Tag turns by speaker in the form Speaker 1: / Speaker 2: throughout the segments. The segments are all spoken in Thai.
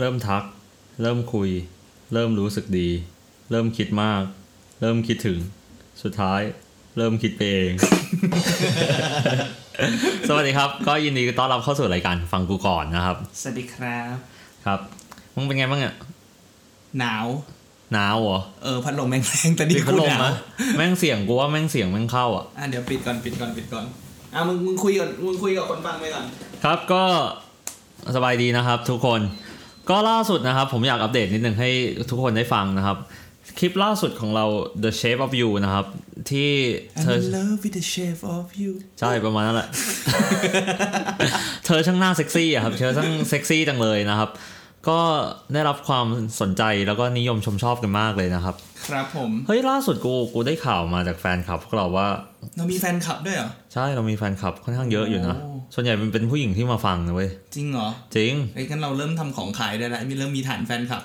Speaker 1: ริ่มทัก เริ่มคุย เริ่มรู้สึกดี เริ่มคิดมาก เริ่มคิดถึง สุดท้าย เริ่มคิดไปเอง สวัสดีครับ ก็ยินดีต้อนรับเข้าสู่รายการฟังกูก่อนนะครับ
Speaker 2: สวัสดีครับ
Speaker 1: ครับมึงเป็นไงบ้างเนี่ย
Speaker 2: หนาว
Speaker 1: หนาวเหรอ
Speaker 2: เออพัดลมแม่งแรงแต่ดี
Speaker 1: ปิดพัดลม
Speaker 2: หนาว
Speaker 1: นะแม่งเสียงกูว่าแม่งเสียงแม่งเข้าอ่ะ
Speaker 2: อ่ะเดี๋ยวปิดก่อนปิดก่อนปิดก่อนอ่ะมึงมึงคุยก่อนมึงคุยกับคนฟังไปก่อน
Speaker 1: ครับก็สบายดีนะครับทุกคนก็ล่าสุดนะครับ ผมอยากอัปเดตนิดนึงให้ทุกคนได้ฟังนะครับ คลิปล่าสุดของเรา The Shape of You นะครับ ที่
Speaker 2: อ่ะ
Speaker 1: เธอ
Speaker 2: I'm in love with the shape of you
Speaker 1: ใช่ประมาณนั้นแหละ เธอช่างหน้าเซ็กซี่อะครับ เธอช่างเซ็กซี่จังเลยนะครับ ก็ได้รับความสนใจแล้วก็นิยมชมชอบกันมากเลยนะครับ
Speaker 2: ครับผม
Speaker 1: เฮ้ยล่าสุดกูกูได้ข่าวมาจากแฟนคลับพวกเราว่า
Speaker 2: เรามีแฟนคลับด้วยเหรอ
Speaker 1: ใช่เรามีแฟนคลับค่อนข้างเยอะอยู่นะ
Speaker 2: โอ้
Speaker 1: ส่วนใหญ่มันเป็นผู้หญิงที่มาฟังนะเว้ย
Speaker 2: จริงเหรอ
Speaker 1: จริง
Speaker 2: ไอ้ยงั้นเราเริ่มทำของขายได้ละมีเริ่มมีฐานแฟน คลับ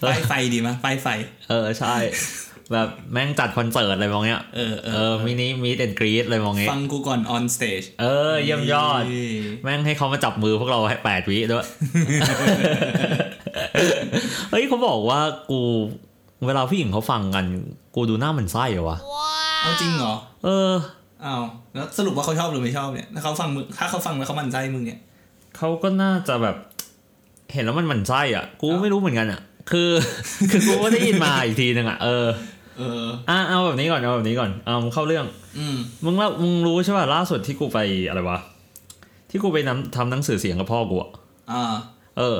Speaker 1: เออ
Speaker 2: ป้ายไฟดีมะป้ายไฟ
Speaker 1: เออใช่ แบบแม่งจัดคอนเสิร์ตอะไรมองเนี้ย
Speaker 2: เออเอ
Speaker 1: เออ
Speaker 2: อ
Speaker 1: มินิมีดแอนกรีดอะไรมองเงี้ย
Speaker 2: ฟังกูก่อน on stage
Speaker 1: เออเยี่ยมยอด แม่งให้เขามาจับมือพวกเราให้แปดวิด้วย เฮ้ยเขาบอกว่ากูเวลาผู้หญิงเขาฟังกัน กูดูหน้าหมันไส้เหรอวะ
Speaker 2: เอาจริงเหรอ
Speaker 1: เออ
Speaker 2: เอาแล้วสรุปว่าเขาชอบหรือไม่ชอบเนี่ยถ้าเขาฟังมึงถ้าเขาฟังแล้วเขาหมั่นใจมึงเนี่ย
Speaker 1: เขาก็น่าจะแบบ เห็นแล้วมันหมันไส้อ่ะ กูไม่รู้เหมือนกันอ่ะ คือ คือกูก็ได้ยินมาอีกทีนึงอ่ะเออ
Speaker 2: เออ
Speaker 1: อ่ะเอาแบบนี้ก่อนเอาแบบนี้ก่อนเอาเข้าเรื่อง
Speaker 2: อืม
Speaker 1: มึงเล่ามึงรู้ใช่ป่ะล่าสุดที่กูไปอะไรวะที่กูไปนำทำหนังสือเสียงกับพ่อกูอะ
Speaker 2: อ่า
Speaker 1: เออ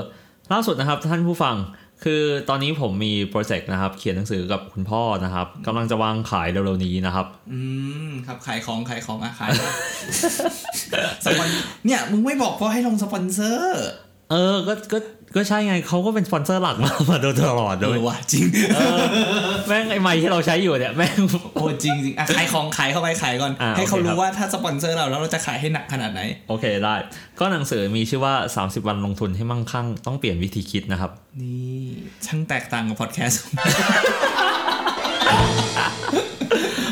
Speaker 1: ล่าสุดนะครับท่านผู้ฟัง คือตอนนี้ผมมีโปรเจกต์นะครับ เขียนหนังสือกับคุณพ่อนะครับกำลังจะวางขายเร็วๆนี้นะครับ
Speaker 2: อืมครับขายของขาย ของอ่ะขาย สปอนเนี่ยมึงไม่บอกพ่อให้ลงสปอนเซอร์
Speaker 1: เออก็ก็ก็ใช่ไงเขาก็เป็นสปอนเซอร์หลักมา มาโดยตลอด
Speaker 2: เอ
Speaker 1: เลย
Speaker 2: อว่ะจริง
Speaker 1: แม่งไอ้ไม้ที่เราใช้อยู่เนี่ยแม่ง
Speaker 2: โอ้จริงจริง อ่ะขายของขายเข้าไปขายก่อน
Speaker 1: อ่า
Speaker 2: ให้เขา
Speaker 1: โอเคครั
Speaker 2: รู้
Speaker 1: บ
Speaker 2: ว่าถ้าสปอนเซอร์เราแล้วเราจะขายให้หนักขนาดไหน
Speaker 1: โอเคได้ ก็หนังสือมีชื่อว่า 30 วันลงทุนให้มั่งคั่งต้องเปลี่ยนวิธีคิดนะครับ
Speaker 2: นี่ช่างแตกต่างกับพอดแคสต์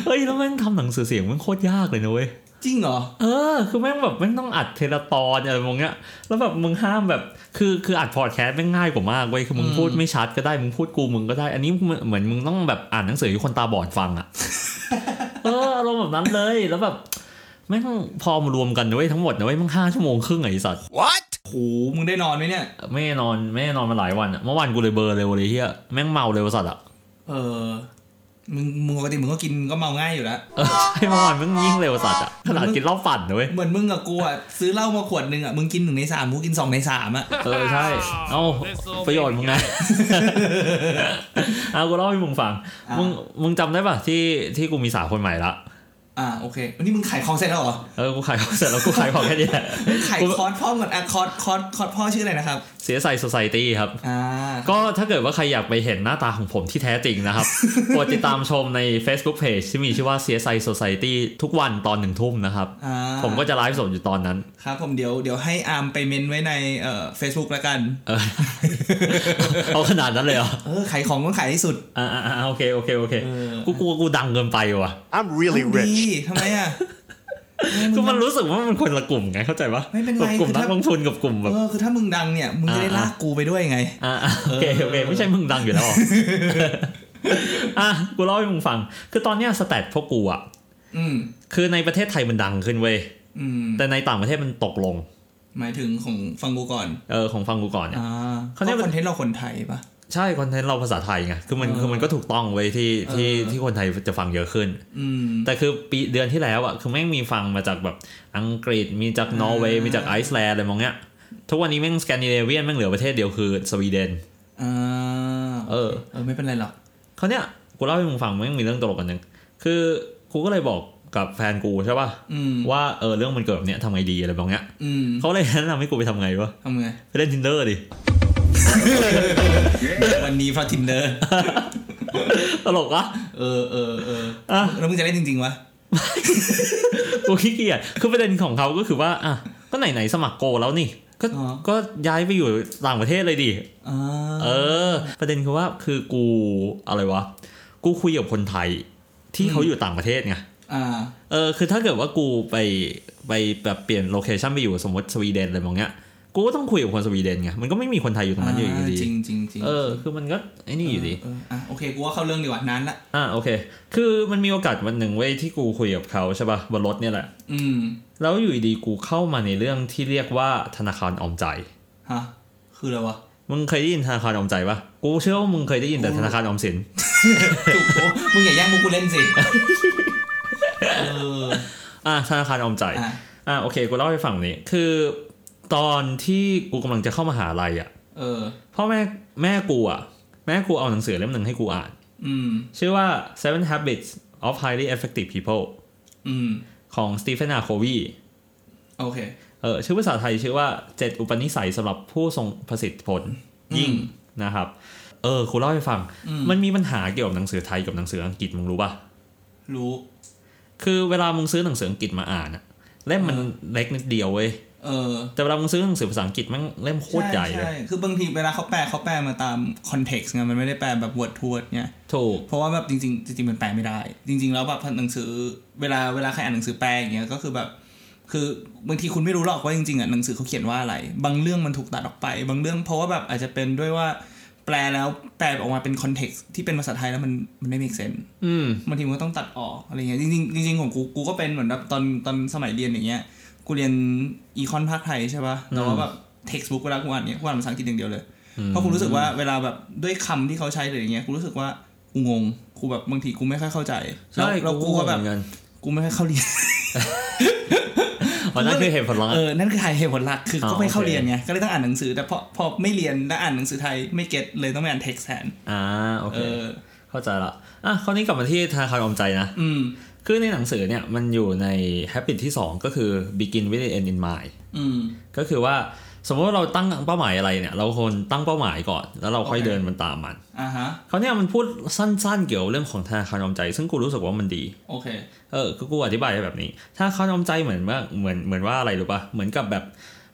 Speaker 1: เฮ้ยแล้วแม่งทำหนังสือเสียงแม่งโคตรยากเลยนะเว้ย
Speaker 2: จริงเหรอ
Speaker 1: เออ คือแม่งแบบแม่งต้องอัดเทเลตอนอะไรมงเนี้ย แล้วแบบมึงห้ามแบบ คือคืออัดพอดแคสต์แม่งง่ายกว่ามากเว้ย คือมึงพูดไม่ชัดก็ได้ มึงพูดกูมึงก็ได้ อันนี้เหมือนเหมือนมึงต้องแบบอ่านหนังสือที่คนตาบอดฟังอะ เอออารมณ์แบบนั้นเลย แล้วแบบแม่งพอมารวมกันนะเว้ยทั้งหมดนะเว้ยแม่งห้าชั่วโมงครึ่งอะไอสัตว์
Speaker 2: what โหมึงได้นอนไหมเนี่ย
Speaker 1: ไม่ได้นอนไม่ได้นอนมาหลายวันอะเมื่อวานกูเลยเบลอร์เร็วเลยเฮียแม่งเมาเร็วสัตว์อะ
Speaker 2: เออมึงมึงปกติมึงก็กินก็เมาง่ายอยู่แล้ว
Speaker 1: เออใช่เมื่อวานแม่งยิ่งเร็วสัตว์อะขนาดกินเหล้าปั่นนะเว้ย
Speaker 2: เหมือนมึงกับกูอ่ะซื้อเหล้ามาขวดหนึ่งอ่ะมึงกินหนึ่งในสามกูกินสองในสามอ่ะ
Speaker 1: เออใช่ เอ้า
Speaker 3: Oh,
Speaker 1: ประโยชน์มึงไง เอากูเล่าให้มึงฟัง
Speaker 2: อ่ะ
Speaker 1: มึง มึงจำได้ป่ะที่ที่กูมีสาวคนใหม่ละ
Speaker 2: อ่าโอเควันนี้มึงขายของเสร็จแล้วเหรอ
Speaker 1: เออ กูขายของเสร็จแล้วกูขายของแค่นี้แหละ
Speaker 2: ขายคอร์สพ่อก่อนอะคอร์สคอร์สคอร์สพ่อชื่ออะไรนะครับ
Speaker 1: เสียใส่ society ครับ
Speaker 2: อ่า
Speaker 1: ก็ถ้าเกิดว่าใครอยากไปเห็นหน้าตาของผมที่แท้จริงนะครับ โปรดติดตามชมใน Facebook Page ที่มีชื่อว่าเสียใส่ society ทุกวันตอนหนึ่งทุ่มนะครับ
Speaker 2: อ่า
Speaker 1: ผมก็จะไลฟ์สดอยู่ตอนนั้น
Speaker 2: ครับผมเดี๋ยวเดี๋ยวให้อาร์มไปเมนไว้ในเอ่อ Facebook ละกัน
Speaker 1: เอ อ เอาขนาดนั้นเลยเหรอ
Speaker 2: เออขายของต้องขายที่สุด
Speaker 1: อ่าอ่าอ่าโอเคโอเคโอเค
Speaker 2: เออ
Speaker 1: กูกลัวกูดังเกินไปว่ะ
Speaker 3: I'm really
Speaker 2: ดี
Speaker 3: rich.
Speaker 2: ทำไมอ่ะ
Speaker 1: คือมันรู้สึกว่ามันคนละกลุ่มไงเข้าใจปะ
Speaker 2: ไม่เป็นไร
Speaker 1: แบบกลุ่ม
Speaker 2: คือ
Speaker 1: นั
Speaker 2: ถ้า
Speaker 1: กลงทุนกับกลุ่มแบบ
Speaker 2: เออคือถ้ามึงดังเนี่ย มึงจะได้
Speaker 1: อ่า
Speaker 2: ลากกูไปด้วยไง
Speaker 1: อ่าโอเคโอเคไม่ใช่มึงดังอยู่ แล้วหรอ อ่ะกูเล่าให้มึงฟัง คือตอนเนี้ยสแตทพวกกูอ่ะ
Speaker 2: อืม
Speaker 1: คือในประเทศไทยมันดังขึ้นเว้ย
Speaker 2: อืม
Speaker 1: แต่ในต่างประเทศมันตกลง
Speaker 2: หมายถึงของฟังกูก่อน
Speaker 1: เออของฟังกูก่อนเนี่ย
Speaker 2: อ่า
Speaker 1: เขา
Speaker 2: เขา
Speaker 1: เรี
Speaker 2: เรี
Speaker 1: ย
Speaker 2: ย
Speaker 1: ก
Speaker 2: ก
Speaker 1: ว่า
Speaker 2: คอนเทนต์เราคนไทยปะ
Speaker 1: ใช่คอนเทนต์เราภาษาไทยไงคือมัน
Speaker 2: เออ
Speaker 1: คือมันก็ถูกต้องเว้ยที่ที่
Speaker 2: เออ
Speaker 1: ที่คนไทยจะฟังเยอะขึ้น
Speaker 2: อืม
Speaker 1: แต่คือปีเดือนที่แล้วอ่ะคือแม่งมีฟังมาจากแบบอังกฤษมีจากนอร์เวย์
Speaker 2: อ่ามี
Speaker 1: มีจากไอซ์แลนด์อะไรมองเนี้ยทุกวันนี้แม่งสแกนดิเนเวียนแม่งเหลือประเทศเดียวคือสวีเดน
Speaker 2: อ่า
Speaker 1: เออ
Speaker 2: เออไม่เป็นไรหรอก
Speaker 1: เขาวเนี่ยกูเล่าให้มึงฟังมันยังมีเรื่องตลกกันหนึ่งคือกูก็เลยบอกกับแฟนกูใช่ป่ะ
Speaker 2: อืม
Speaker 1: ว่าเออเรื่องมันเกิดแบบเนี้ยทำไงดีอะไรแบบเนี้ย
Speaker 2: อืม
Speaker 1: เขาเลยแนะนำให้กูไปทำไงวะ
Speaker 2: ทำไง
Speaker 1: ไปเล่น tinder ดิ
Speaker 2: วันนี้เพราะทินเดอร์
Speaker 1: ตลกอะ
Speaker 2: เออเออเออ
Speaker 1: อ่ะ
Speaker 2: แล้วมึงจะเล่นจริงๆวะ
Speaker 1: กูขี้เกียจคือประเด็นของเขาก็คือว่าอ่ะก็ไหนๆสมัครโกแล้วนี่ก็
Speaker 2: อ๋อ
Speaker 1: ก็ย้ายไปอยู่ต่างประเทศเลยดิ
Speaker 2: อ่า
Speaker 1: เออ ประเด็นคือว่าคือกูอะไรวะกูคุยกับคนไทยที่เขาอยู่ต่างประเทศไง
Speaker 2: อ่า
Speaker 1: เออคือถ้าเกิดว่ากูไปไปแบบเปลี่ยนโลเคชันไปอยู่สมมติสวีเดนอะไรมองเงี้ย กูก็ต้องคุยกับคนสวีเดนไงมันก็ไม่มีคนไทยอยู่ตรงนั้นอยู่ดี
Speaker 2: จริงจริงจริง
Speaker 1: เออคือมันก็ไอ้นี่อยู่ดี
Speaker 2: เเอ่ะโอเคกูว่าเข้าเรื่องดีกว่านานละ
Speaker 1: อ่าโอเค คือมันมีโอกาสวันหนึ่งเว้ยที่กูคุยกับเขาใช่ปะ่ะบนรถเนี่ยแหละ
Speaker 2: อืม
Speaker 1: แล้วอยู่ดีๆกูเข้ามาในเรื่องที่เรียกว่าธนาคารออมใจ
Speaker 2: ฮะคืออะไรวะ
Speaker 1: มึงเคยได้ยินธนาคารออมใจปะกูเชื่อว่ามึงเคยได้ยินแต่ธนาคารออมสิน
Speaker 2: จุกโอ้มึงอย่าแย่งมุกกูเล่นสิเออ
Speaker 1: อ่าธนาคารออมใจ
Speaker 2: อ่ะ
Speaker 1: อ่าโอเคกูเล่าให้ฟังนี้ คือ ตอนที่กูกำลังจะเข้ามาหาลัยอ่ะ
Speaker 2: เออ
Speaker 1: พ่อแม่แม่กูอ่ะ แม่กูเอาหนังสือเล่มหนึ่งให้กูอ่าน
Speaker 2: อืม
Speaker 1: ชื่อว่า Seven Habits of Highly Effective People
Speaker 2: อืม
Speaker 1: ของ Stephen R. Covey
Speaker 2: โอเค
Speaker 1: เออชื่อภาษาไทยชื่อว่าเจ็ดอุปนิสัยสำหรับผู้ทรงประสิทธิผลยิ่ง
Speaker 2: อืม
Speaker 1: นะครับ เออครูเล่าให้ฟัง
Speaker 2: อืม
Speaker 1: มันมีปัญหาเกี่ยวกับหนังสือไทยกับหนังสืออังกฤษมึงรู้ป่ะ
Speaker 2: รู้
Speaker 1: คือเวลามึงซื้อหนังสืออังกฤษมาอ่านอะเล่มมัน
Speaker 2: อืม
Speaker 1: เล็กนิดเดียวเว้ย
Speaker 2: เออ
Speaker 1: แต่เวลามึงซื้อหนังสือภาษาอังกฤษแมันเล่มโคตรใหญ่เลย
Speaker 2: ช่ช่คือบางทีเวลาเขาแปลเขาแปลมาตามคอนเท็กซ์ไงมันไม่ได้แปลแบบ word to word เนี่ย
Speaker 1: ถูก
Speaker 2: เพราะว่าแบบจริงๆจริงๆมันแปลไม่ได้ จริง ๆ แล้วแบบหนังสือเวลาเวลาใครอ่านหนังสือแปลอย่างเงี้ยก็คือแบบ คือบางทีคุณไม่รู้หรอกว่าจริงๆอ่ะหนังสือเขาเขียนว่าอะไร บางเรื่องมันถูกตัดออกไป บางเรื่องเพราะว่าแบบอาจจะเป็นด้วยว่าแปลแล้วแปลออกมาเป็นคอนเท็กซ์ที่เป็นภาษาไทยแล้วมันมันไม่มีเซน
Speaker 1: อืม
Speaker 2: บางทีมันก็ต้องตัดออกอะไรเงี้ยจริงๆจริงๆของกูกูก็เป็นเหมือนแบบตอนตอนสมัยเรียนอย่างเงี้ยกูเรียนอีคอนภาคไทยใช่ป่ะแต่ว่าแบบเท็กซ์บุ๊กเวลากูอ่านเนี้ยกูอ่านภาษาอังกฤษอย่างเดียวเลย เพราะกูรู้สึกว่าเวลาแบบด้วยคำที่เขาใช้หรืออย่างเงี้ยกูรู้สึกว่ากูงงกูแบบบางทีกูไม่ค่อยเข้าใจ
Speaker 1: ใช่
Speaker 2: แล้วกูก็แบบ
Speaker 1: เหมือนกัน
Speaker 2: กูไม่ค่อยเข้าเรียน
Speaker 1: อ๋อนั่นคือเหตุผลหลัก
Speaker 2: เออนั่นคือไทยเหตุผลหลักคือ
Speaker 1: อ๋อ
Speaker 2: ก็ไม่เข้า
Speaker 1: โอเค
Speaker 2: เรียนไงก็เลยต้องอ่านหนังสือ แต่พอพอไม่เรียนแล้วอ่านหนังสือไทยไม่เก็ตเลยต้องไปอ่านเท็กซ์แทน
Speaker 1: อ่าโอเค
Speaker 2: เออ
Speaker 1: เข้าใจละอ่ะคราวนี้กลับมาที่ธนาคารออมใจนะ
Speaker 2: อืม
Speaker 1: คือในหนังสือเนี่ยมันอยู่ใน habit ที่สองก็คือ begin with the end in mind
Speaker 2: อืม
Speaker 1: ก็คือว่าสมมติว่าเราตั้งเป้าหมายอะไรเนี่ย เราควรตั้งเป้าหมายก่อน แล้วเราค่อย
Speaker 2: โอเค
Speaker 1: เดินมันตามมัน
Speaker 2: อ่าฮะ
Speaker 1: เขาวเนี่ยมันพูดสั้นๆเกี่ยวกับเรื่องของธนาคารออมใจ ซึ่งกูรู้สึกว่ามันดี
Speaker 2: โอเค
Speaker 1: เออคือกูอธิบายได้แบบนี้ธนาคารออมใจเหมือนว่าเหมือนเหมือนว่าอะไรรู้ปะเหมือนกับแบบ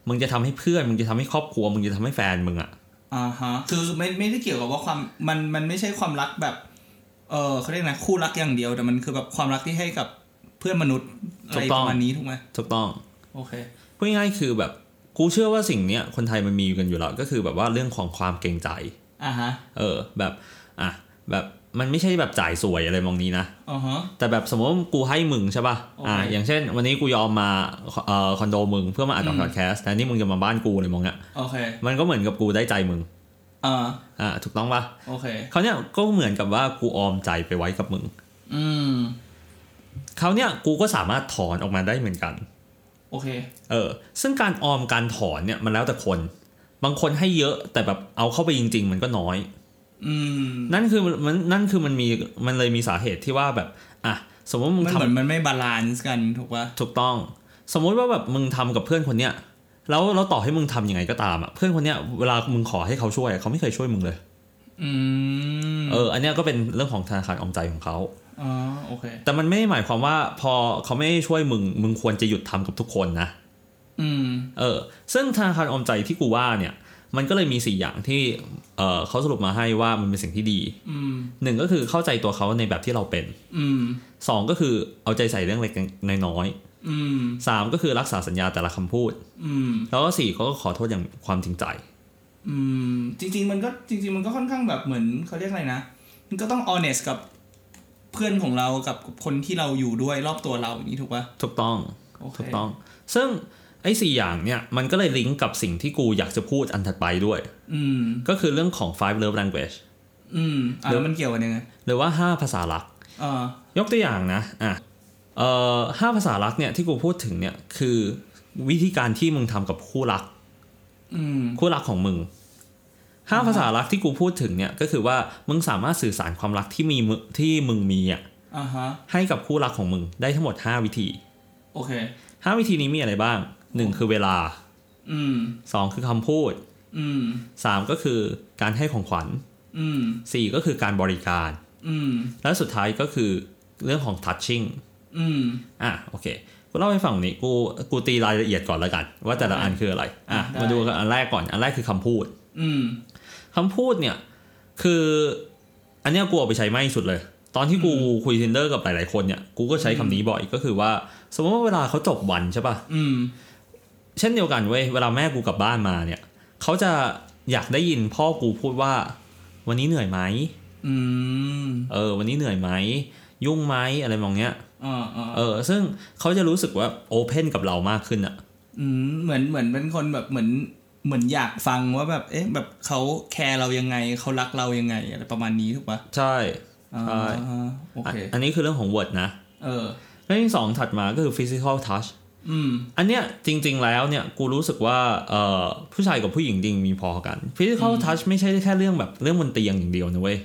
Speaker 1: มึงจะทำให้เพื่อนมึงจะทำให้ครอบครัวมึงจะทำให้แฟนมึงอะ
Speaker 2: อ่าฮะคือไม่ไม่ได้เกี่ยวกับว่าความมันมันไม่ใช่ความรักแบบ เออเขาเรียกนะคู่รักอย่างเดียวแต่มันคือแบบความรักที่ให้กับเพื่อนมนุษย์อะไรประมาณนี้ถูกไหม
Speaker 1: ถูกต้อง
Speaker 2: โอเค
Speaker 1: พูดง่ายๆคือแบบกูเชื่อว่าสิ่งเนี้ยคนไทยมันมีกันอยู่แล้วก็คือแบบว่าเรื่องของความเกรงใจ
Speaker 2: อ่าฮะ
Speaker 1: เออแบบอ่ะแบบมันไม่ใช่แบบจ่ายสวยอะไรมองนี้นะ
Speaker 2: อ่าฮะ
Speaker 1: แต่แบบสมมติว่ากูให้มึงใช่ป่ะ
Speaker 2: โอเค
Speaker 1: อ่า อย่างเช่น วันนี้กูยอมมาเอ่อคอนโดมึงเพื่อมาอัด
Speaker 2: อืม
Speaker 1: พอดแคสต์แทนที่มึงจะมาบ้านกูเลยมองเนี้ย
Speaker 2: โอเค
Speaker 1: มันก็เหมือนกับกูได้ใจมึง
Speaker 2: อ่า
Speaker 1: อ่า ถูกต้องป่ะ
Speaker 2: โอเค
Speaker 1: เขาวเนี้ยก็เหมือนกับว่ากูออมใจไปไว้กับมึง
Speaker 2: อืม
Speaker 1: เขาวเนี้ยกูก็สามารถถอนออกมาได้เหมือนกัน
Speaker 2: โอเค
Speaker 1: เออ ซึ่งการออมการถอนเนี่ยมันแล้วแต่คน บางคนให้เยอะแต่แบบเอาเข้าไปจริง ๆ มันก็น้อย
Speaker 2: อืม
Speaker 1: นั่นคือมันนั่นคือมันมีมันเลยมีสาเหตุที่ว่าแบบอ่ะสมมติว่ามึง
Speaker 2: มัน
Speaker 1: ทำ
Speaker 2: เหมือนมันไม่บาลานซ์กันถูกป่ะ
Speaker 1: ถูกต้องสมมุติว่าแบบมึงทำกับเพื่อนคนเนี้ยแล้วเราต่อให้มึงทำยังไงก็ตามอ่ะเพื่อนคนเนี้ยเวลามึงขอให้เขาช่วยอะเขาไม่เคยช่วยมึงเลย
Speaker 2: อืม
Speaker 1: เอออันเนี้ยก็เป็นเรื่องของธนาคารออมใจของเขา
Speaker 2: อ๋อ โอเค
Speaker 1: แต่มันไม่ได้หมายความว่าพอเขาไม่ได้ช่วยมึงมึงควรจะหยุดทำกับทุกคนนะ
Speaker 2: อืม
Speaker 1: เออซึ่งธนาคารออมใจที่กูว่าเนี่ยมันก็เลยมี 4 อย่างที่เออเขาสรุปมาให้ว่ามันเป็นสิ่งที่ดี
Speaker 2: อืม
Speaker 1: หนึ่งก็คือเข้าใจตัวเขาในแบบที่เราเป็น
Speaker 2: อืม
Speaker 1: สองก็คือเอาใจใส่เรื่องเล็กๆน้อย
Speaker 2: อืม
Speaker 1: ๆสามก็คือรักษาสัญญาแต่ละคำพูด
Speaker 2: อืม
Speaker 1: แล้วก็สี่เขาก็ขอโทษอย่างความจริงใจ
Speaker 2: อืม จริง ๆ มันก็จริง ๆ มันก็ค่อนข้างแบบเหมือนเขาเรียกอะไรนะ มันก็ต้อง honest กับเพื่อนของเรากับคนที่เราอยู่ด้วยรอบตัวเราอย่างนี้ถูกป่ะ
Speaker 1: ถูกต้อง
Speaker 2: โอเค
Speaker 1: ถูกต้อง ซึ่งไอ้สี่อย่างเนี่ย มันก็เลยลิงก์กับสิ่งที่กูอยากจะพูดอันถัดไปด้วย
Speaker 2: อืม
Speaker 1: ก็คือเรื่องของ five love language
Speaker 2: อืม อ่ะแล้วมันเกี่ยวกันยังไง
Speaker 1: หรือว่า 5 ภาษารัก
Speaker 2: อ่าย
Speaker 1: กตัวอย่างนะ อ่ะ เอ่อห้าภาษารักเนี่ยที่กูพูดถึงเนี่ยคือวิธีการที่มึงทำกับคู่รัก
Speaker 2: อืม
Speaker 1: คู่รักของมึงห้าภาษารักที่กูพูดถึงเนี่ยก็คือว่ามึงสามารถสื่อสารความรักที่มีมึที่มึงมีอ่ะ
Speaker 2: อ่าฮะ
Speaker 1: ให้กับคู่รักของมึงได้ทั้งหมด 5 วิธี
Speaker 2: โอเค
Speaker 1: 5 วิธีนี้มีอะไรบ้างหนึ่งคือเวลา
Speaker 2: อืม
Speaker 1: สองคือคำพูด
Speaker 2: อืม
Speaker 1: สามก็คือการให้ของขวัญ
Speaker 2: อืม
Speaker 1: สี่ก็คือการบริการ
Speaker 2: อืม
Speaker 1: และสุดท้ายก็คือเรื่องของ touching
Speaker 2: อืม
Speaker 1: อ่ะโอเค กูเล่าให้ฟังนี้กูกูตีรายละเอียดก่อนแล้วกัน ว่าแต่ละอันคืออะไร อ่ะ
Speaker 2: ได้
Speaker 1: มาดูกันอันแรกก่อน อันแรกคือคำพูด
Speaker 2: อืม
Speaker 1: คำพูดเนี่ย คือ อันเนี้ยกูเอาไปใช้ไม่สุดเลย ตอนที่กูคุย Tinder กับหลายๆคนเนี่ย กูก็ใช้คำนี้บ่อยก็คือว่า สมมติว่าเวลาเขาจบวันใช่ป่ะ
Speaker 2: อืม
Speaker 1: เช่นเดียวกันเว้ยเวลาแม่กูกลับบ้านมาเนี่ยเขาจะอยากได้ยินพ่อกูพูดว่า วันนี้เหนื่อยไหม
Speaker 2: อืม
Speaker 1: เออ วันนี้เหนื่อยไหมยุ่งไหมอะไรมองเนี้ย
Speaker 2: อ่าอ่า
Speaker 1: เออ ซึ่งเขาจะรู้สึกว่าโอเพนกับเรามากขึ้นอะ
Speaker 2: อืมเหมือนเหมือนเป็นคนแบบเหมือนเหมือนอยากฟังว่าแบบเอ๊ะแบบเขาแคร์เรายังไงเขารักเรายังไงอะไรประมาณนี้ถูกปะ
Speaker 1: ใช่
Speaker 2: อ่า
Speaker 1: ใช่
Speaker 2: โอ
Speaker 1: อ่ะ
Speaker 2: เค
Speaker 1: อันนี้คือเรื่องของ word นะ
Speaker 2: เออ
Speaker 1: เรื่องที่สองถัดมาก็คือ physical touch
Speaker 2: อืม
Speaker 1: อันเนี้ยจริง ๆ แล้วเนี่ยกูรู้สึกว่าเอ่อผู้ชายกับผู้หญิงจริงมีพอกัน physical touch ไม่ใช่แค่เรื่องแบบเรื่องบนเตียงอย่างเดียวนะเว้ย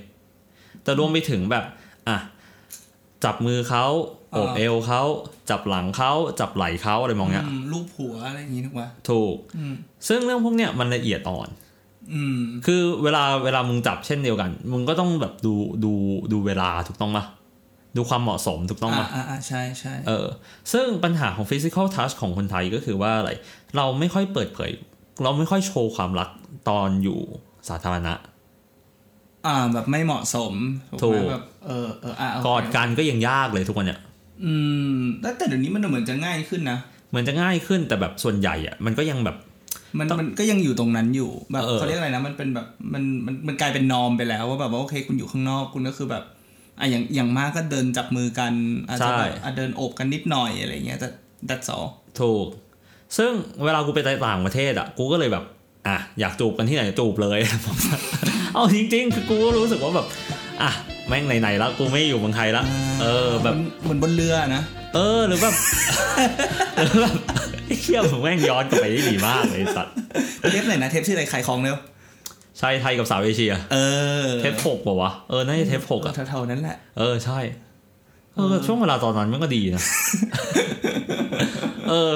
Speaker 1: แต่รวมไปถึงแบบอ่ะจับมือเขาโอบ
Speaker 2: อ่า
Speaker 1: เอวเขาจับหลังเขาจับไหล่เขาอะไรมองเนี้ย
Speaker 2: อืมรูปหัวอะไรอย่างงี้ถูกปะ
Speaker 1: ถูก
Speaker 2: อืม
Speaker 1: ซึ่งเรื่องพวกเนี้ยมันละเอียดอ่อน
Speaker 2: อืม
Speaker 1: คือเวลาเวลามึงจับเช่นเดียวกัน มึงก็ต้องแบบดูดูดูเวลาถูกต้องปะดูความเหมาะสมถูกต้องปะ
Speaker 2: อ่าอ่าใช่ใช่
Speaker 1: เออซึ่งปัญหาของ physical touch ของคนไทยก็คือว่าอะไร เราไม่ค่อยเปิดเผย เราไม่ค่อยโชว์ความรักตอนอยู่สาธารณะ
Speaker 2: อ่าแบบไม่เหมาะสม
Speaker 1: ถู
Speaker 2: ไหม
Speaker 1: ก
Speaker 2: แบบเออเอออ่ะโเค
Speaker 1: กอดกันก็ยังยากเลยทุกวันเนี่ย
Speaker 2: อืมแต่แต่เดี๋ยวนี้มันเหมือนจะง่ายขึ้นนะ
Speaker 1: เหมือนจะง่ายขึ้นแต่แบบส่วนใหญ่อะมันก็ยังแบบ
Speaker 2: มัน
Speaker 1: ต้อง
Speaker 2: มันก็ยังอยู่ตรงนั้นอยู่แบบ
Speaker 1: เออ
Speaker 2: เขาเรียกอะไรนะมันเป็นแบบมันมันมันกลายเป็นนอมไปแล้วว่าแบบว่าโอเคคุณอยู่ข้างนอกคุณก็คือแบบอ่ะอย่างอย่างมากก็เดินจับมือกันอาจจะแบบอ่ะเดินโอบกันนิดหน่อยอะไรเงี้ยแต่ that's all
Speaker 1: ถูก ซึ่งเวลากูไปต่างประเทศอะกูก็เลยแบบอ่ะอยากจูบกันที่ไหนจูบเลย เอาจริงๆคือกูก็รู้สึกว่าแบบอ่ะแม่งไหนๆแล้วกูไม่อยู่เมืองไทยละเออแบบ
Speaker 2: เหมือนบนเรือนะ
Speaker 1: เออหรือแบบ หรือแบบไอ้เชี่ยผมแม่งย้อนกลับไปได้ดีมากเลยไอ้สัตว์
Speaker 2: เทปไหนนะเทปชื่ออะไรขายของเร็ว
Speaker 1: ชายไทยกับสาวเอเชีย
Speaker 2: เออ
Speaker 1: เทปหกป่าวะ เออ น่าจะเทปหก
Speaker 2: ก็
Speaker 1: อ่ะ
Speaker 2: เท่าๆนั้นแหละ
Speaker 1: เออ ใช่ เอ
Speaker 2: เอ
Speaker 1: อ
Speaker 2: อ
Speaker 1: ช่วงเวลาตอนนั้นมันก็ดีนะ เออ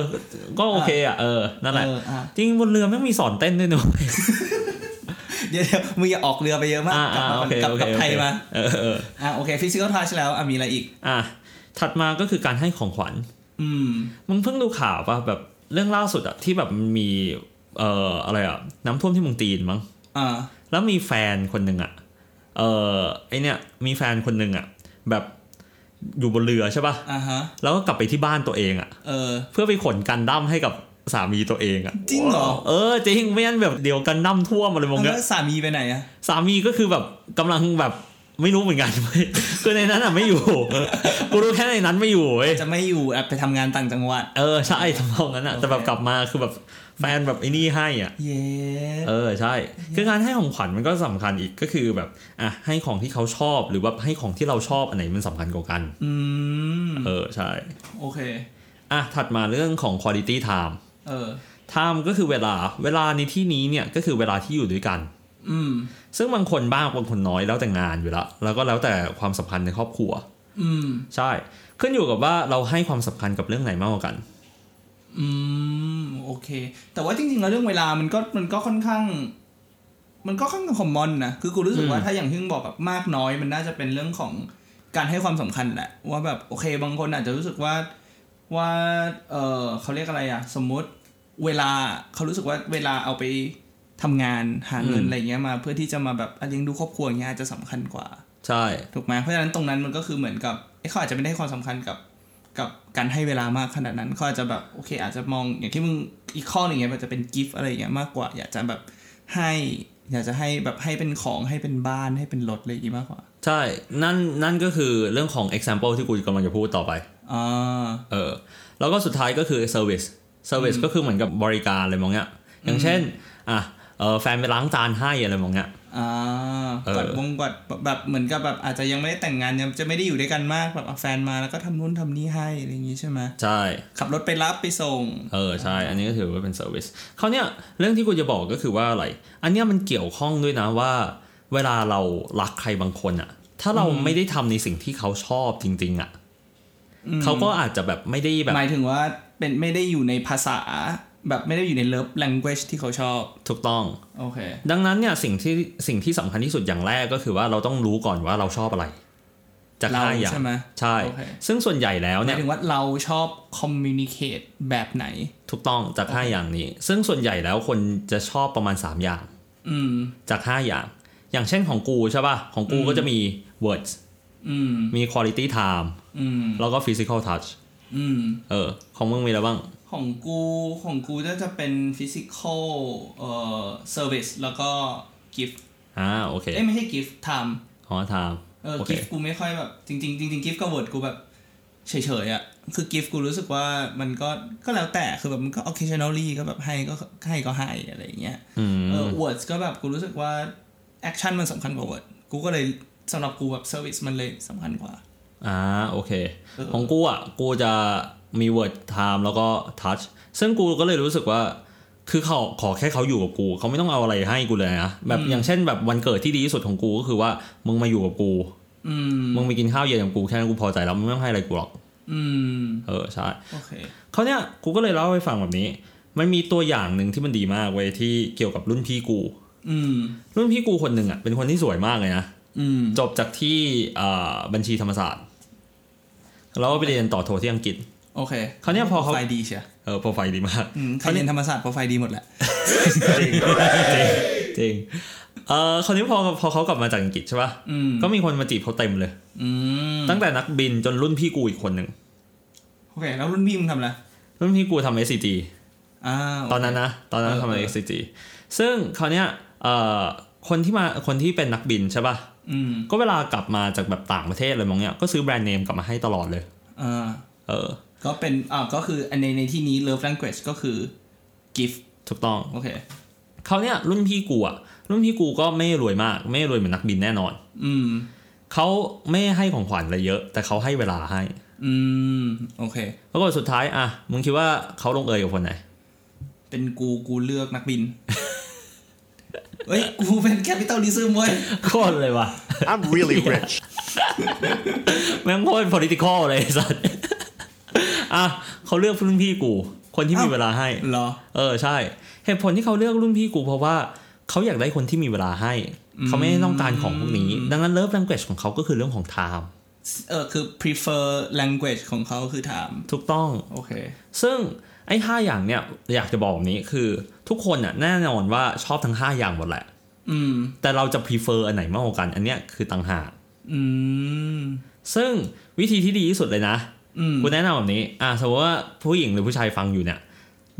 Speaker 1: ก็โอเคอ่ะ เออ นั่นแหละ
Speaker 2: เอออ่ะ
Speaker 1: จริงบนเรือไม่งมีสอนเต้นด้วยนะเว้ย
Speaker 2: เดี๋ยวเดี๋ยวมึงอย่าออกเรือไปเยอะมาก
Speaker 1: อ่าก
Speaker 2: ลับ
Speaker 1: อ่า
Speaker 2: มา
Speaker 1: โอเค
Speaker 2: กลับ
Speaker 1: โอเค
Speaker 2: กลับไทย
Speaker 1: โอเค
Speaker 2: มา
Speaker 1: เออเออ
Speaker 2: อ่ะโอเคฟิสิกส์ทัชแล้วอ่ะมีอะไรอีก
Speaker 1: อ่ะ ถัดมาก็คือการให้ของขวัญ
Speaker 2: อืม
Speaker 1: มึงเพิ่งดูข่าวป่ะ แบบเรื่องล่าสุดอ่ะ ที่แบบมันมี เอ่อ อะไรอ่ะ น้ำท่วมที่เมืองจีนมั้ง
Speaker 2: อ่า
Speaker 1: แล้วมีแฟนคนหนึ่งอ่ะ เออไอเนี่ย มีแฟนคนหนึ่งอ่ะ แบบอยู่บนเรือใช่ป่ะ
Speaker 2: อ่าฮะ
Speaker 1: แล้วก็กลับไปที่บ้านตัวเองอ่ะ
Speaker 2: เออ
Speaker 1: เพื่อไปขนกันดั้มให้กับสามีตัวเองอะ
Speaker 2: จริงเหรอ
Speaker 1: เออจริงไม่งั้นแบบเดี๋ยวกันดั้มท่วมอะไรมองเงี้
Speaker 2: แล้
Speaker 1: ยว
Speaker 2: สามีไปไหนอ่ะ
Speaker 1: สามีก็คือแบบกำลังแบบไม่รู้เหมือนกันเว้ย คือในนั้นอะไม่ อยู่ กูรู้แค่ในนั้นไม่อยู่เว้ย
Speaker 2: จะไม่อยู่อ่ะไปทำงานต่างจังหวัด
Speaker 1: เออใช่ทำนองนั้นอะแต่แบบกลับมาคือแบบแฟนแบบไอ้นี่ให้อ่ะ
Speaker 2: เย้
Speaker 1: เออใช่ คือการให้ของขวัญมันก็สำคัญอีกก็คือแบบอ่ะให้ของที่เขาชอบหรือว่าให้ของที่เราชอบอันไหนมันสำคัญกว่ากัน
Speaker 2: อืม
Speaker 1: เออใช่
Speaker 2: โอเค
Speaker 1: อ่ะถัดมาเรื่องของ quality time
Speaker 2: เออ
Speaker 1: time ก็คือเวลาเวลาในที่นี้เนี่ยก็คือเวลาที่อยู่ด้วยกัน
Speaker 2: อืม
Speaker 1: ซึ่งบางคนบ้างบางคนน้อยแล้วแต่งานอยู่ละแล้วก็แล้วแต่ความสัมพันธ์ในครอบครัว
Speaker 2: อืม
Speaker 1: ใช่ ขึ้นอยู่กับว่าเราให้ความสำคัญกับเรื่องไหนมากกว่ากัน
Speaker 2: อืม โอเค แต่ว่าจริงๆแล้วเรื่องเวลามันก็มันก็ค่อนข้าง มันก็ค่อนข้างคอมมอนนะ คือกูรู้สึกว่า
Speaker 1: อืม
Speaker 2: ถ้าอย่างที่มึงบอกแบบมากน้อย มันน่าจะเป็นเรื่องของการให้ความสำคัญแหละ ว่าแบบโอเค บางคนอาจจะรู้สึกว่าว่า เออเขาเรียกอะไรอะสมมุติเวลาเขารู้สึกว่าเวลาเอาไปทำงานหาเงินอะไรเงี้ยมา เพื่อที่จะมาแบบเลี้ยงดูครอบครัวเงี้ยอาจจะสำคัญกว่า
Speaker 1: ใช่
Speaker 2: ถูกไหมเพราะฉะนั้นตรงนั้นมันก็คือเหมือนกับเอ้ยเขาอาจจะไม่ได้ให้ความสำคัญกับกับการให้เวลามากขนาดนั้นเขาอาจจะแบบโอเค อาจจะมองอย่างที่มึงอีกข้อหนึ่งเงี้ยมันจะเป็นกิฟต์อะไรอย่างเงี้ยมากกว่า อยากจะแบบให้ อยากจะให้แบบให้เป็นของให้เป็นบ้านให้เป็นรถอะไรอย่างงี้มากกว่า
Speaker 1: ใช่ นั่นนั่นก็คือเรื่องของ example ที่กูกำลังจะพูดต่อไป
Speaker 2: อ่า
Speaker 1: เออ แล้วก็สุดท้ายก็คือ service service ก็คือเหมือนกับบริการอะไรมองเงี้ย อย่างเช่น อ่ะเออแฟนไปล้างจานให้อะไรมองเงี้ย
Speaker 2: อ่า
Speaker 1: เออ
Speaker 2: กดวงกดแบบเหมือนกับแบบอาจจะยังไม่ได้แต่งงานยังจะไม่ได้อยู่ด้วยกันมากแบบเอาแฟนมาแล้วก็ทำนู่นทำนี่ให้อะไรอย่างงี้ใช่ไหม
Speaker 1: ใช่
Speaker 2: ขับรถไปรับไปส่ง
Speaker 1: เออใช่ อันนี้ก็ถือว่าเป็นเซอร์วิสเขาวเนี่ยเรื่องที่กูจะบอกก็คือว่าอะไร อันเนี้ยมันเกี่ยวข้องด้วยนะว่า เวลาเรารักใครบางคนอะถ้าเราไม่ได้ทำในสิ่งที่เขาชอบจริง ๆอะเขาก็อาจจะแบบไม่ได้แบบ
Speaker 2: หมายถึงว่าเป็นไม่ได้อยู่ในภาษาแบบไม่ได้อยู่ในเลิฟ language ที่เขาชอบ
Speaker 1: ถูกต้อง
Speaker 2: โอเค
Speaker 1: ดังนั้นเนี่ยสิ่งที่สิ่งที่สำคัญที่สุดอย่างแรกก็คือว่าเราต้องรู้ก่อนว่าเราชอบอะไรจาก
Speaker 2: เรา
Speaker 1: ห้าอย่าง
Speaker 2: ใช่ไหม
Speaker 1: ใช่
Speaker 2: โอเค
Speaker 1: ซึ่งส่วนใหญ่แล้ว
Speaker 2: หมา
Speaker 1: เนี่ย ย
Speaker 2: ถึงว่าเราชอบ communicate แบบไหน
Speaker 1: ถูกต้องจากห้าอย่างนี้ ซึ่งส่วนใหญ่แล้วคนจะชอบประมาณสามอย่าง
Speaker 2: อืม
Speaker 1: จากห้าอย่าง อย่างเช่นของกูใช่ป่ะของกูก็จะมี words
Speaker 2: อืม
Speaker 1: มี quality time
Speaker 2: อืม
Speaker 1: แล้วก็ physical touch
Speaker 2: อืม
Speaker 1: เออ ของมึงมีอะไรบ้าง
Speaker 2: ของกูของกูน่าจะเป็นฟิสิกอลเอ่อเซอร์วิสแล้วก็กิฟต์
Speaker 1: อ่าโอเค
Speaker 2: เอ้ยไม่ใช่กิฟต์ไทม์
Speaker 1: อ๋อทาม
Speaker 2: เออ
Speaker 1: โอเค
Speaker 2: กิฟต์กูไม่ค่อยแบบจริงๆจริงๆกิฟต์กับเวิร์ดกูแบบเฉยๆอ่ะคือกิฟต์กูรู้สึกว่ามันก็ก็แล้วแต่คือแบบมันก็ occasionally ก็แบบให้ก็ให้ก็ให้อะไรอย่างเงี้ย
Speaker 1: อืม
Speaker 2: เออ words ก็แบบกูรู้สึกว่า แอคชั่นมันสำคัญกว่า word กูก็เลยสำหรับกูแบบเซอร์วิสมันเลยสำคัญกว่า
Speaker 1: อ่าโอเค
Speaker 2: เออ
Speaker 1: ของกูอ่ะกูจะมี word time แล้วก็ touch ซึ่งกูก็เลยรู้สึกว่า คือเขาขอแค่เขาอยู่กับกู เขาไม่ต้องเอาอะไรให้กูเลยนะแบบอย่างเช่นแบบวันเกิดที่ดีที่สุดของกูก็คือว่ามึงมาอยู่กับกู
Speaker 2: อืม
Speaker 1: มึงไปกินข้าวเย็นกับกูแค่นั้นกูพอใจแล้วมึงไม่ต้องให้อะไรกูหรอก
Speaker 2: อืม
Speaker 1: เออใช่
Speaker 2: โอเค
Speaker 1: เขาวเนี่ยกูก็เลยเล่าให้ฟังแบบนี้ มันมีตัวอย่างหนึ่งที่มันดีมากเว้ยที่เกี่ยวกับรุ่นพี่กู
Speaker 2: อืม
Speaker 1: รุ่นพี่กูคนหนึ่งอ่ะเป็นคนที่สวยมากเลยนะ
Speaker 2: อืม
Speaker 1: จบจากที่เอ่อบัญชีธรรมศาสตร์ แล้วก็ไปเรียนต่อโทที่อังกฤษ
Speaker 2: โอเค
Speaker 1: คราวเนี้ยพอเขา
Speaker 2: โปรไฟล์ดีเชีย
Speaker 1: เออโปรไฟล์ดีมาก
Speaker 2: อืมใครเรียนธรรมศาสตร์โปรไฟล์ดีหมดแหละ
Speaker 1: จริงเออคราวนี้พอพอเขากลับมาจากอังกฤษใช่ป่ะ
Speaker 2: อืม
Speaker 1: ก็มีคนมาจีบเขาเต็มเลย
Speaker 2: อืม
Speaker 1: ตั้งแต่นักบินจนรุ่นพี่กูอีกคนหนึ่ง
Speaker 2: โอเค แล้วรุ่นพี่มึงทำอะไร
Speaker 1: รุ่นพี่กูทำ SCG
Speaker 2: อ่า
Speaker 1: ตอนนั้นนะ ตอนนั้น
Speaker 2: เออ
Speaker 1: ทำ
Speaker 2: เออ
Speaker 1: SCG ซึ่งคราวเนี้ยเอ่อคนที่มาคนที่เป็นนักบินใช่ป่ะ
Speaker 2: อืม
Speaker 1: ก็เวลากลับมาจากแบบต่างประเทศอะไรมองเนี้ยก็ซื้อแบรนด์เนมกลับมาให้ตลอดเลย
Speaker 2: อ่า
Speaker 1: เออ
Speaker 2: ก็เป็นอ่าก็คืออันในในที่นี้ love language ก็คือ gift
Speaker 1: ถูกต้อง
Speaker 2: โอเค
Speaker 1: เขาวเนี้ยรุ่นพี่กูอะรุ่นพี่กูก็ไม่รวยมาก ไม่รวยเหมือนนักบินแน่นอน
Speaker 2: อืม
Speaker 1: เขาไม่ให้ของขวัญอะไรเยอะ แต่เขาให้เวลาให้
Speaker 2: อืม โอเค
Speaker 1: แล้วก็สุดท้ายอะมึงคิดว่าเขาลงเอยกับคนไหน
Speaker 2: เป็นกูกูเลือกนักบิน เฮ้ย กูเป็นแคปิตอลลิซึมเว้ย
Speaker 1: โคตรเลยว่ะ
Speaker 3: I'm really rich.
Speaker 1: แม่งโคตร political เลยไอ้สัสอ่ะเขาเลือกรุ่นพี่กู คนที่มี
Speaker 2: อ้าว
Speaker 1: เวลาให้
Speaker 2: เหรอ
Speaker 1: เออใช่ เหตุผลที่เขาเลือกรุ่นพี่กูเพราะว่าเขาอยากได้คนที่มีเวลาให้ เขาไม่ได้ต้องการของพวกนี้ ดังนั้นเลิฟ language ของเขาก็คือเรื่องของ time
Speaker 2: เออ คือ prefer language ของเขาคือถาม
Speaker 1: ถูกต้อง
Speaker 2: โอเค
Speaker 1: ซึ่งไอ้ห้าอย่างเนี่ยอยากจะบอกแบบนี้คือทุกคนน่ะแน่นอนว่าชอบทั้ง 5 อย่างหมดแหละ
Speaker 2: อืม
Speaker 1: แต่เราจะ prefer อันไหนมากกว่ากัน อันเนี้ยคือต่างหาก
Speaker 2: อืม
Speaker 1: ซึ่งวิธีที่ดีที่สุดเลยนะ
Speaker 2: อืม
Speaker 1: กูแนะนำแบบนี้ อ่ะสมมติว่าผู้หญิงหรือผู้ชายฟังอยู่เนี่ย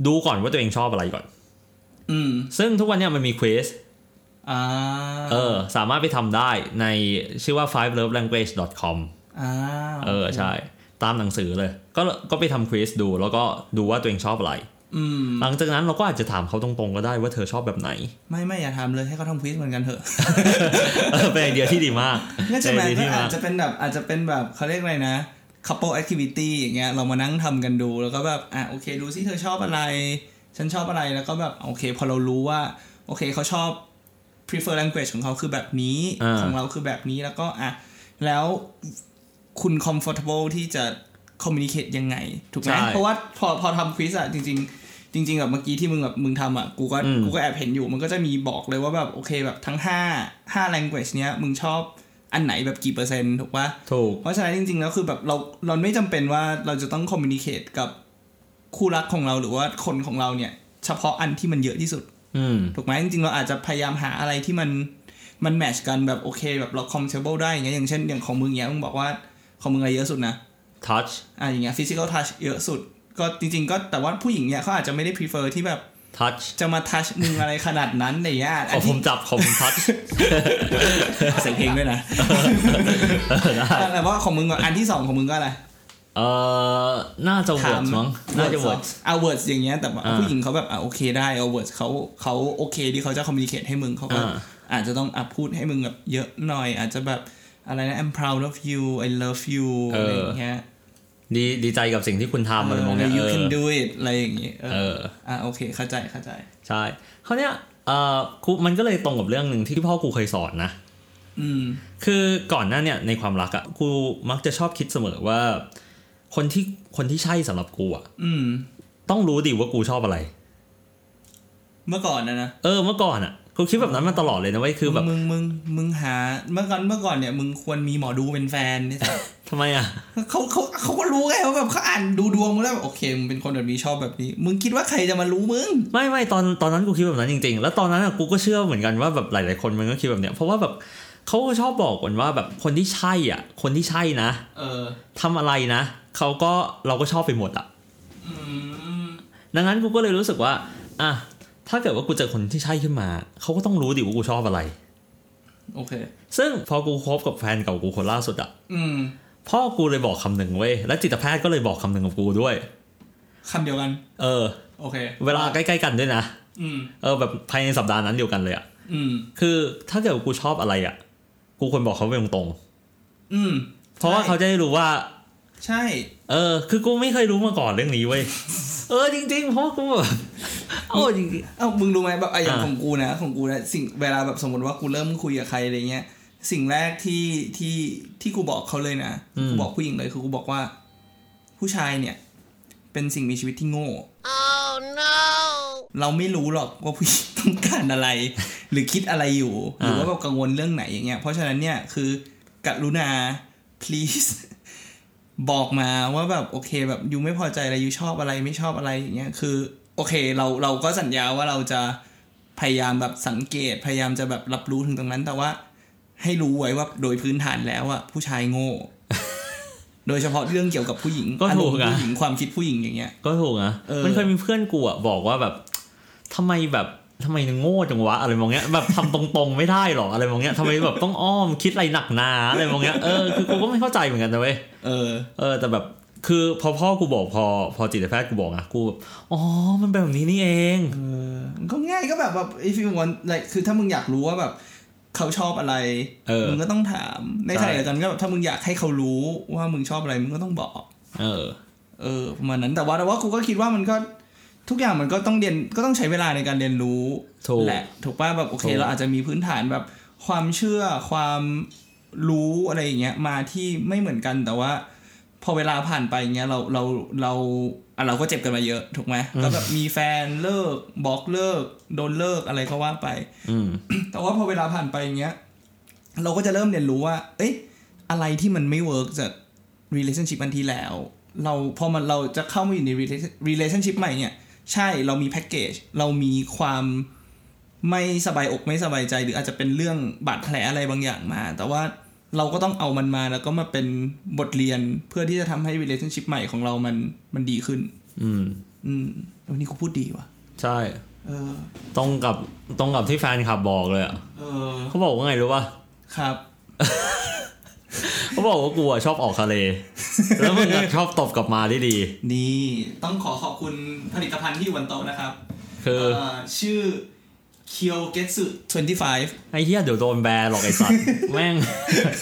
Speaker 1: ดูก่อนว่าตัวเองชอบอะไรก่อน
Speaker 2: อืม
Speaker 1: ซึ่งทุกวันเนี่ยมันมี quiz
Speaker 2: อ่า
Speaker 1: เออสามารถไปทำได้ในชื่อว่า five love language com
Speaker 2: อ่า
Speaker 1: เออใช่ ตามหนังสือเลย ก็ก็ไปทำควิสดู แล้วก็ดูว่าตัวเองชอบอะไร
Speaker 2: อืม
Speaker 1: หลังจากนั้นเราก็อาจจะถามเขาตรงๆก็ได้ว่าเธอชอบ แบบไหน
Speaker 2: ไม่ไม่อย่าทำเลยให้เขาทำควิสเหมือนกันเถอะ
Speaker 1: เออเป็นไอเดียที่ดีมาก
Speaker 2: งั้นใช่ไหม
Speaker 1: เป็นไอเดีย
Speaker 2: ก็
Speaker 1: ที่
Speaker 2: อา
Speaker 1: มา
Speaker 2: จ
Speaker 1: ก
Speaker 2: จะเป็นแบบอาจจะเป็นแบบเขาเรียกอะไรนะ couple activity อย่างเงี้ย เรามานั่งทำกันดู แล้วก็แบบ อ่ะ โอเค ดูซิเธอชอบอะไร ฉันชอบอะไร แล้วก็แบบ โอเค พอเรารู้ว่า โอเคเขาชอบ prefer language ของเขาคือแบบนี้
Speaker 1: า
Speaker 2: ของเราคือแบบนี้ แล้วก็อ่ะ แล้วคุณ comfortable ที่จะ communicate ยังไง ถูกไหม
Speaker 1: ใช่
Speaker 2: เพราะว่าพอพอทำควิสอะจริง ๆ จริง ๆ แบบเมื่อกี้ที่มึงแบบมึงทำอะกูก็
Speaker 1: อืม
Speaker 2: กูก็แอบเห็นอยู่มันก็จะมีบอกเลยว่าแบบโอเคแบบทั้งห้าห้า language เนี้ยมึงชอบอันไหนแบบกี่เปอร์เซ็นต์ถูกปะ
Speaker 1: ถูก
Speaker 2: เพราะฉะนั้นจริง ๆ แล้วคือแบบเราเราไม่จำเป็นว่าเราจะต้อง communicate กับคู่รักของเราหรือว่าคนของเราเนี่ย เฉพาะอันที่มันเยอะที่สุด
Speaker 1: อืม
Speaker 2: ถูกไหมจริงๆ เราอาจจะพยายามหาอะไรที่มันมันแมทชกันแบบโอเคแบบเราคอมเทเบิลได้อย่างเงี้ยอย่างเช่นอย่างของมึงเนี้ยมึงบอกว่าของมึงอะไรเยอะสุดนะ
Speaker 1: touch
Speaker 2: อ่ะอย่างเงี้ยฟิสิกอลทัชเยอะสุด ก็จริง ๆ ก็แต่ว่าผู้หญิงเนี่ยเขาอาจจะไม่ได้ prefer ที่แบบ
Speaker 1: touch
Speaker 2: จะมาทัชมึงอะไรขนาดนั้นอะไรเงี้ย
Speaker 1: ขอผมจับขอผม touch
Speaker 2: เสียงเพลงด้วย นะแต่ว่าของมึงก่อนอันที่สองของมึงก็อะไร
Speaker 1: เอ่อน่าจะ
Speaker 2: ถาม
Speaker 1: words มั้งน่าจะ words
Speaker 2: เอาเวิร์ดอย่างเงี้ยแต่ว่า
Speaker 1: อ่า
Speaker 2: ผู้หญิงเขาแบบอ่ะโอเคได้เอาเวิร์ดเขาเขาโอเคที่เขาจะคอมมิ n i เค t ให้มึงเขาก็
Speaker 1: อ่า
Speaker 2: อาจจะต้องอ่ะพูดให้มึงแบบเยอะหน่อย อาจจะแบบอะไรนะ I'm proud of you I love you อะไรอย่างเงี้ย
Speaker 1: ดีดีใจกับสิ่งที่คุณทำอะไรมอง
Speaker 2: เอ
Speaker 1: เนี้ย
Speaker 2: อ you
Speaker 1: เอ
Speaker 2: can
Speaker 1: อ
Speaker 2: do it อะไรอย่างเงี้ยเอ
Speaker 1: เอ
Speaker 2: อ
Speaker 1: อ
Speaker 2: อ่ะโอเคเข้าใจเข้าใจ
Speaker 1: ใช่เขาวเนี้ยเอ่อครูมันก็เลยตรงกับเรื่องหนึ่งที่พ่อกูเคยสอนนะ
Speaker 2: อืม
Speaker 1: คือก่อนหน้าเนี่ยในความรักอะกูมักจะชอบคิดเสมอว่า คนที่คนที่ใช่สำหรับกูอะ
Speaker 2: อืม
Speaker 1: ต้องรู้ดิว่ากูชอบอะไร
Speaker 2: เมื่อก่อนนะนะ
Speaker 1: เออเมื่อก่อนอะกูคิดแบบนั้นมาตลอดเลยนะเว้ยคือแบบ
Speaker 2: มึงมึงมึงหาเมื่อก่อนเมื่อก่อนเนี่ยมึงควรมีหมอดูเป็นแฟนนี่สิ
Speaker 1: ทำไมอะ
Speaker 2: เขาเขาเขาก็รู้ไงว่าแบบเขาอ่านดูดวงมาแล้วแบบโอเคมึงเป็นคนแบบนี้ชอบแบบนี้ มึงคิดว่าใครจะมารู้มึง
Speaker 1: ไม่ไม่ตอนตอนนั้นกูคิดแบบนั้นจริง ๆ แล้วตอนนั้นอะกูก็เชื่อเหมือนกันว่าแบบหลาย ๆ คนมันก็คิดแบบเนี้ยเพราะว่าแบบเขาก็ชอบบอกกันว่าแบบคนที่ใช่อ่ะ คนที่ใช่นะ
Speaker 2: เออ
Speaker 1: ทำอะไรนะเขาก็เราก็ชอบไปหมดอะ
Speaker 2: อืม
Speaker 1: ดังนั้นกูก็เลยรู้สึกว่าอ่ะถ้าเกิดว่ากูเจอคนที่ใช่ขึ้นมา เขาก็ต้องรู้ดิว่ากูชอบอะไร
Speaker 2: โอเค
Speaker 1: ซึ่งพอกูคบกับแฟนเก่ากูคนล่าสุดอะ
Speaker 2: อืม
Speaker 1: พ่อกูเลยบอกคำหนึ่งเว้ยและจิตแพทย์ก็เลยบอกคำหนึ่งกับกูด้วย
Speaker 2: คำเดียวกัน
Speaker 1: เออ
Speaker 2: โอเค
Speaker 1: เวลาใกล้ๆกันด้วยนะ
Speaker 2: อืม
Speaker 1: เออแบบภายในสัปดาห์นั้นเดียวกันเลยอะ
Speaker 2: อืม
Speaker 1: คือถ้าเกิดว่ากูชอบอะไรอะกูควรบอกเขาไปตรง
Speaker 2: อืม
Speaker 1: ๆเพราะว่าเขาจะได้รู้ว่า
Speaker 2: ใช่
Speaker 1: เออ คือกูไม่เคยรู้มาก่อนเรื่องนี้เว้ย เออจริงๆ เพราะกูแบบโอ้จริง
Speaker 2: เอ้ามึงรู้ไหมแบบไอ้อย่าง
Speaker 1: อ่า
Speaker 2: ของกูนะ ของกูนะสิ่งเวลาแบบสมมติว่ากูเริ่มคุยกับใครอะไรเงี้ย สิ่งแรกที่ที่ที่กูบอกเขาเลยนะกูบอกผู้หญิงเลยคือกูบอกว่า ผู้ชายเนี่ย เป็นสิ่งมีชีวิตที่โง่
Speaker 3: Oh
Speaker 2: เราไม่รู้หรอกว่าผู้หญิงต้องการอะไร หรือคิดอะไรอยู่ หรือว่าแบบกังวลเรื่องไหนอย่างเงี้ยเพราะฉะนั้นเนี่ยคือกรุณา please บอกมาว่าแบบโอเคแบบยูไม่พอใจอะไรยูชอบอะไรไม่ชอบอะไรอย่างเงี้ยคือ โอเคเราเราก็สัญญาว่าเราจะพยายามแบบสังเกตพยายามจะแบบรับรู้ถึงตรงนั้น แต่ว่าให้รู้ไว้ว่าโดยพื้นฐานแล้วอะผู้ชาย โง่ โดยเฉพาะเรื่องเกี่ยวกับผู้หญิง
Speaker 1: ก็
Speaker 2: อา
Speaker 1: ถู
Speaker 2: ร
Speaker 1: ก
Speaker 2: มณ์
Speaker 1: อะ
Speaker 2: ผู้หญิงความคิดผู้หญิงอย่างเงี้ย
Speaker 1: ๆก็ถูกนะ
Speaker 2: เออ
Speaker 1: มันเคยมีเพื่อนกูอ่ะบอกว่าแบบทำไมแบบทำไมโง่จังวะอะไรมองเงี้ยแบบทำตรงๆไม่ได้หรออะไรมองเงี้ยทำไมแบบต้องอ้อมคิดอะไรหนักหนาอะไรมองเงี้ยเออคือกูก็ไม่เข้าใจเหมือนกันนะเว้ย
Speaker 2: เออ
Speaker 1: เออแต่แบบคือพอพ่อกูบอกพอพอจิตแพทย์กูบอกอะกูแบบอ๋อมันเป็นแบบนี้นี่เอง
Speaker 2: เออมันก็ง่ายก็แบบแบบ if you want like คือถ้ามึงอยากรู้ว่าแบบ เขาชอบอะไร
Speaker 1: เออ
Speaker 2: มึงก็ต้องถาม ใน
Speaker 1: ใช่
Speaker 2: ขณะเดียวกันก็แบบถ้ามึงอยากให้เขารู้ว่ามึงชอบอะไรมึงก็ต้องบอก
Speaker 1: เออ
Speaker 2: เออประมาณนั้นแต่ว่าแต่ว่ากูก็คิดว่ามันก็ทุกอย่างมันก็ต้องเรียนก็ต้องใช้เวลาในการเรียนรู้
Speaker 1: ถูก
Speaker 2: แหละถูกป่ะแบบโอเค
Speaker 1: ถูก
Speaker 2: เราอาจจะมีพื้นฐานแบบความเชื่อความรู้อะไรอย่างเงี้ยมาที่ไม่เหมือนกันแต่ว่า พอเวลาผ่านไปอย่างเงี้ยเราเราเราอ่ะเราก็เจ็บกันมาเยอะถูกไหมก็แบบมีแฟนเลิกบอกเลิกโดนเลิกอะไรก็ว่าไป
Speaker 1: อืม
Speaker 2: แต่ว่าพอเวลาผ่านไปอย่างเงี้ย เราก็จะเริ่มเรียนรู้ว่า เอ๊ะอะไรที่มันไม่เวิร์กจาก relationship อันที่แล้ว เราพอมันเราจะเข้ามาอยู่ใน relation- relationship ใหม่เนี่ย ใช่เรามีแพ็กเกจเรามีความไม่สบายอกไม่สบายใจ หรืออาจจะเป็นเรื่องบาดแผลอะไรบางอย่างมา แต่ว่าเราก็ต้องเอามันมาแล้วก็มาเป็นบทเรียนเพื่อที่จะทำให้ relationship ใหม่ของเรามันมันดีขึ้น
Speaker 1: อืม
Speaker 2: อืมวันนี้กูพูดดีว่ะ
Speaker 1: ใช่
Speaker 2: เออ
Speaker 1: ตรงกับตรงกับที่แฟนคลับบอกเลยอะ
Speaker 2: เออ
Speaker 1: เขาบอกว่าไงรู้ป่ะ
Speaker 2: ครับ
Speaker 1: เขาบอกว่ากูอะชอบออกทะเล แล้วมึงอะชอบตบกลับมาได้ดี
Speaker 2: นี่ต้องขอขอบคุณผลิตภัณฑ์ที่อยู่บนโต๊ะนะครับ
Speaker 1: คือ
Speaker 2: เอ่อชื่อเคียวเกสึ25
Speaker 1: ไอ้เหี้ยเดี๋ยวโดนแบนหรอกไอ้สัตว์ แม่ง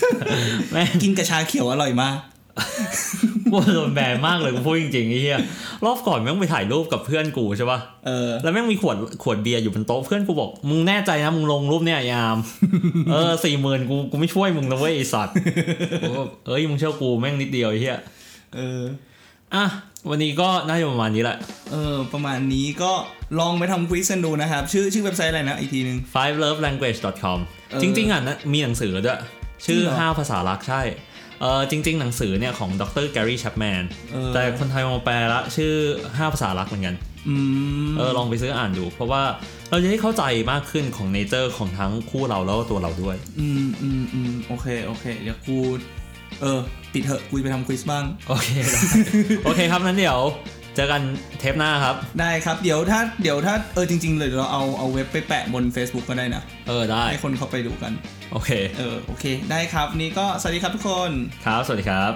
Speaker 1: แม่ง
Speaker 2: กินกระชาเขียวอร่อยมาก
Speaker 1: กูโดนแบนมากเลยกูพูดจริงๆไอ้เหี้ยรอบก่อนแม่งไปถ่ายรูปกับเพื่อนกูใช่ป่ะ
Speaker 2: เออ
Speaker 1: แล้วแม่งมีขวดขวดเบียร์อยู่บนโต๊ะเพื่อนกูบอกมึงแน่ใจนะมึงลงรูปเนี่ยไอ้ยาม เออสี่หมื่นกูกูไม่ช่วยมึงนะเว้ยไอ้สัตว์ กูก็เอ้ยมึงเชื่อกูแม่งนิดเดียวไอ้เหี้ย
Speaker 2: เออ
Speaker 1: อ่ะวันนี้ก็น่าจะประมาณนี้แหละ
Speaker 2: เออ ประมาณนี้ก็ลองไปทำควิสกันดูนะครับ ชื่อชื่อเว็บไซต์อะไรนะ อีกทีหนึง
Speaker 1: five love language com
Speaker 2: เออ
Speaker 1: จริงๆอ่ะนะมีหนังสือด้วย ชื่อ
Speaker 2: จริงเหรอ
Speaker 1: 5 ภาษารักใช่เออจริง ๆ หนังสือเนี่ยของดรแกรี่แชปแมน
Speaker 2: เออ
Speaker 1: แต่คนไทยมาแปลละชื่อ 5 ภาษารักเหมือนกัน
Speaker 2: อืม
Speaker 1: เออลองไปซื้ออ่านดู เพราะว่าเราจะได้เข้าใจมากขึ้นของเนเจอร์ของทั้งคู่เราแล้วก็ตัวเราด้วย
Speaker 2: อืมอืมอืมโอเค โอเค เดี๋ยวกู เออ ปิดเถอะกูจะไปทำควิสบ้าง
Speaker 1: โอเคได้ โอเคครับนั้นเดี๋ยว เจอกันเทปหน้าครับ
Speaker 2: ได้ครับ เดี๋ยวถ้า เดี๋ยวถ้า เออ จริงๆเลยเดี๋ยวเราเอาเอาเว็บไปแปะบน Facebook ก็ได้นะ
Speaker 1: เออได้
Speaker 2: ให้คนเข้าไปดูกัน
Speaker 1: โอเค
Speaker 2: เออ โอเค ได้ครับ นี่ก็ สวัสดีครับทุกคน
Speaker 1: ครับ สวัสดีครับ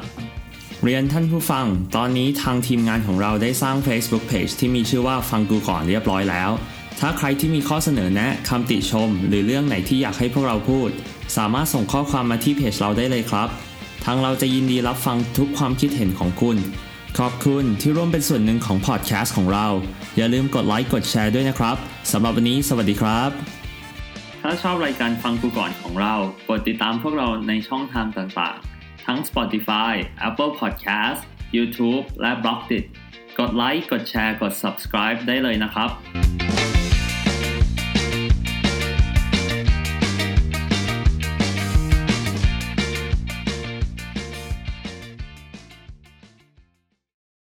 Speaker 4: เรียนท่านผู้ฟัง ตอนนี้ทางทีมงานของเราได้สร้าง Facebook Page ที่มีชื่อว่าฟังกูก่อนเรียบร้อยแล้ว ถ้าใครที่มีข้อเสนอแนะคำติชม หรือเรื่องไหนที่อยากให้พวกเราพูด สามารถส่งข้อความมาที่เพจเราได้เลยครับ ทางเราจะยินดีรับฟังทุกความคิดเห็นของคุณ ขอบคุณที่ร่วมเป็นส่วนหนึ่งของพอดแคสต์ของเรา อย่าลืมกดไลค์กดแชร์ด้วยนะครับสำหรับวันนี้สวัสดีครับ ถ้าชอบรายการฟังกูก่อนของเรา กดติดตามพวกเราในช่องทางต่างๆ ทั้ง Spotify, Apple Podcast, YouTube และ b l o g d i t กดไลค์ กดแชร์ กด subscribe ได้เลยนะครับ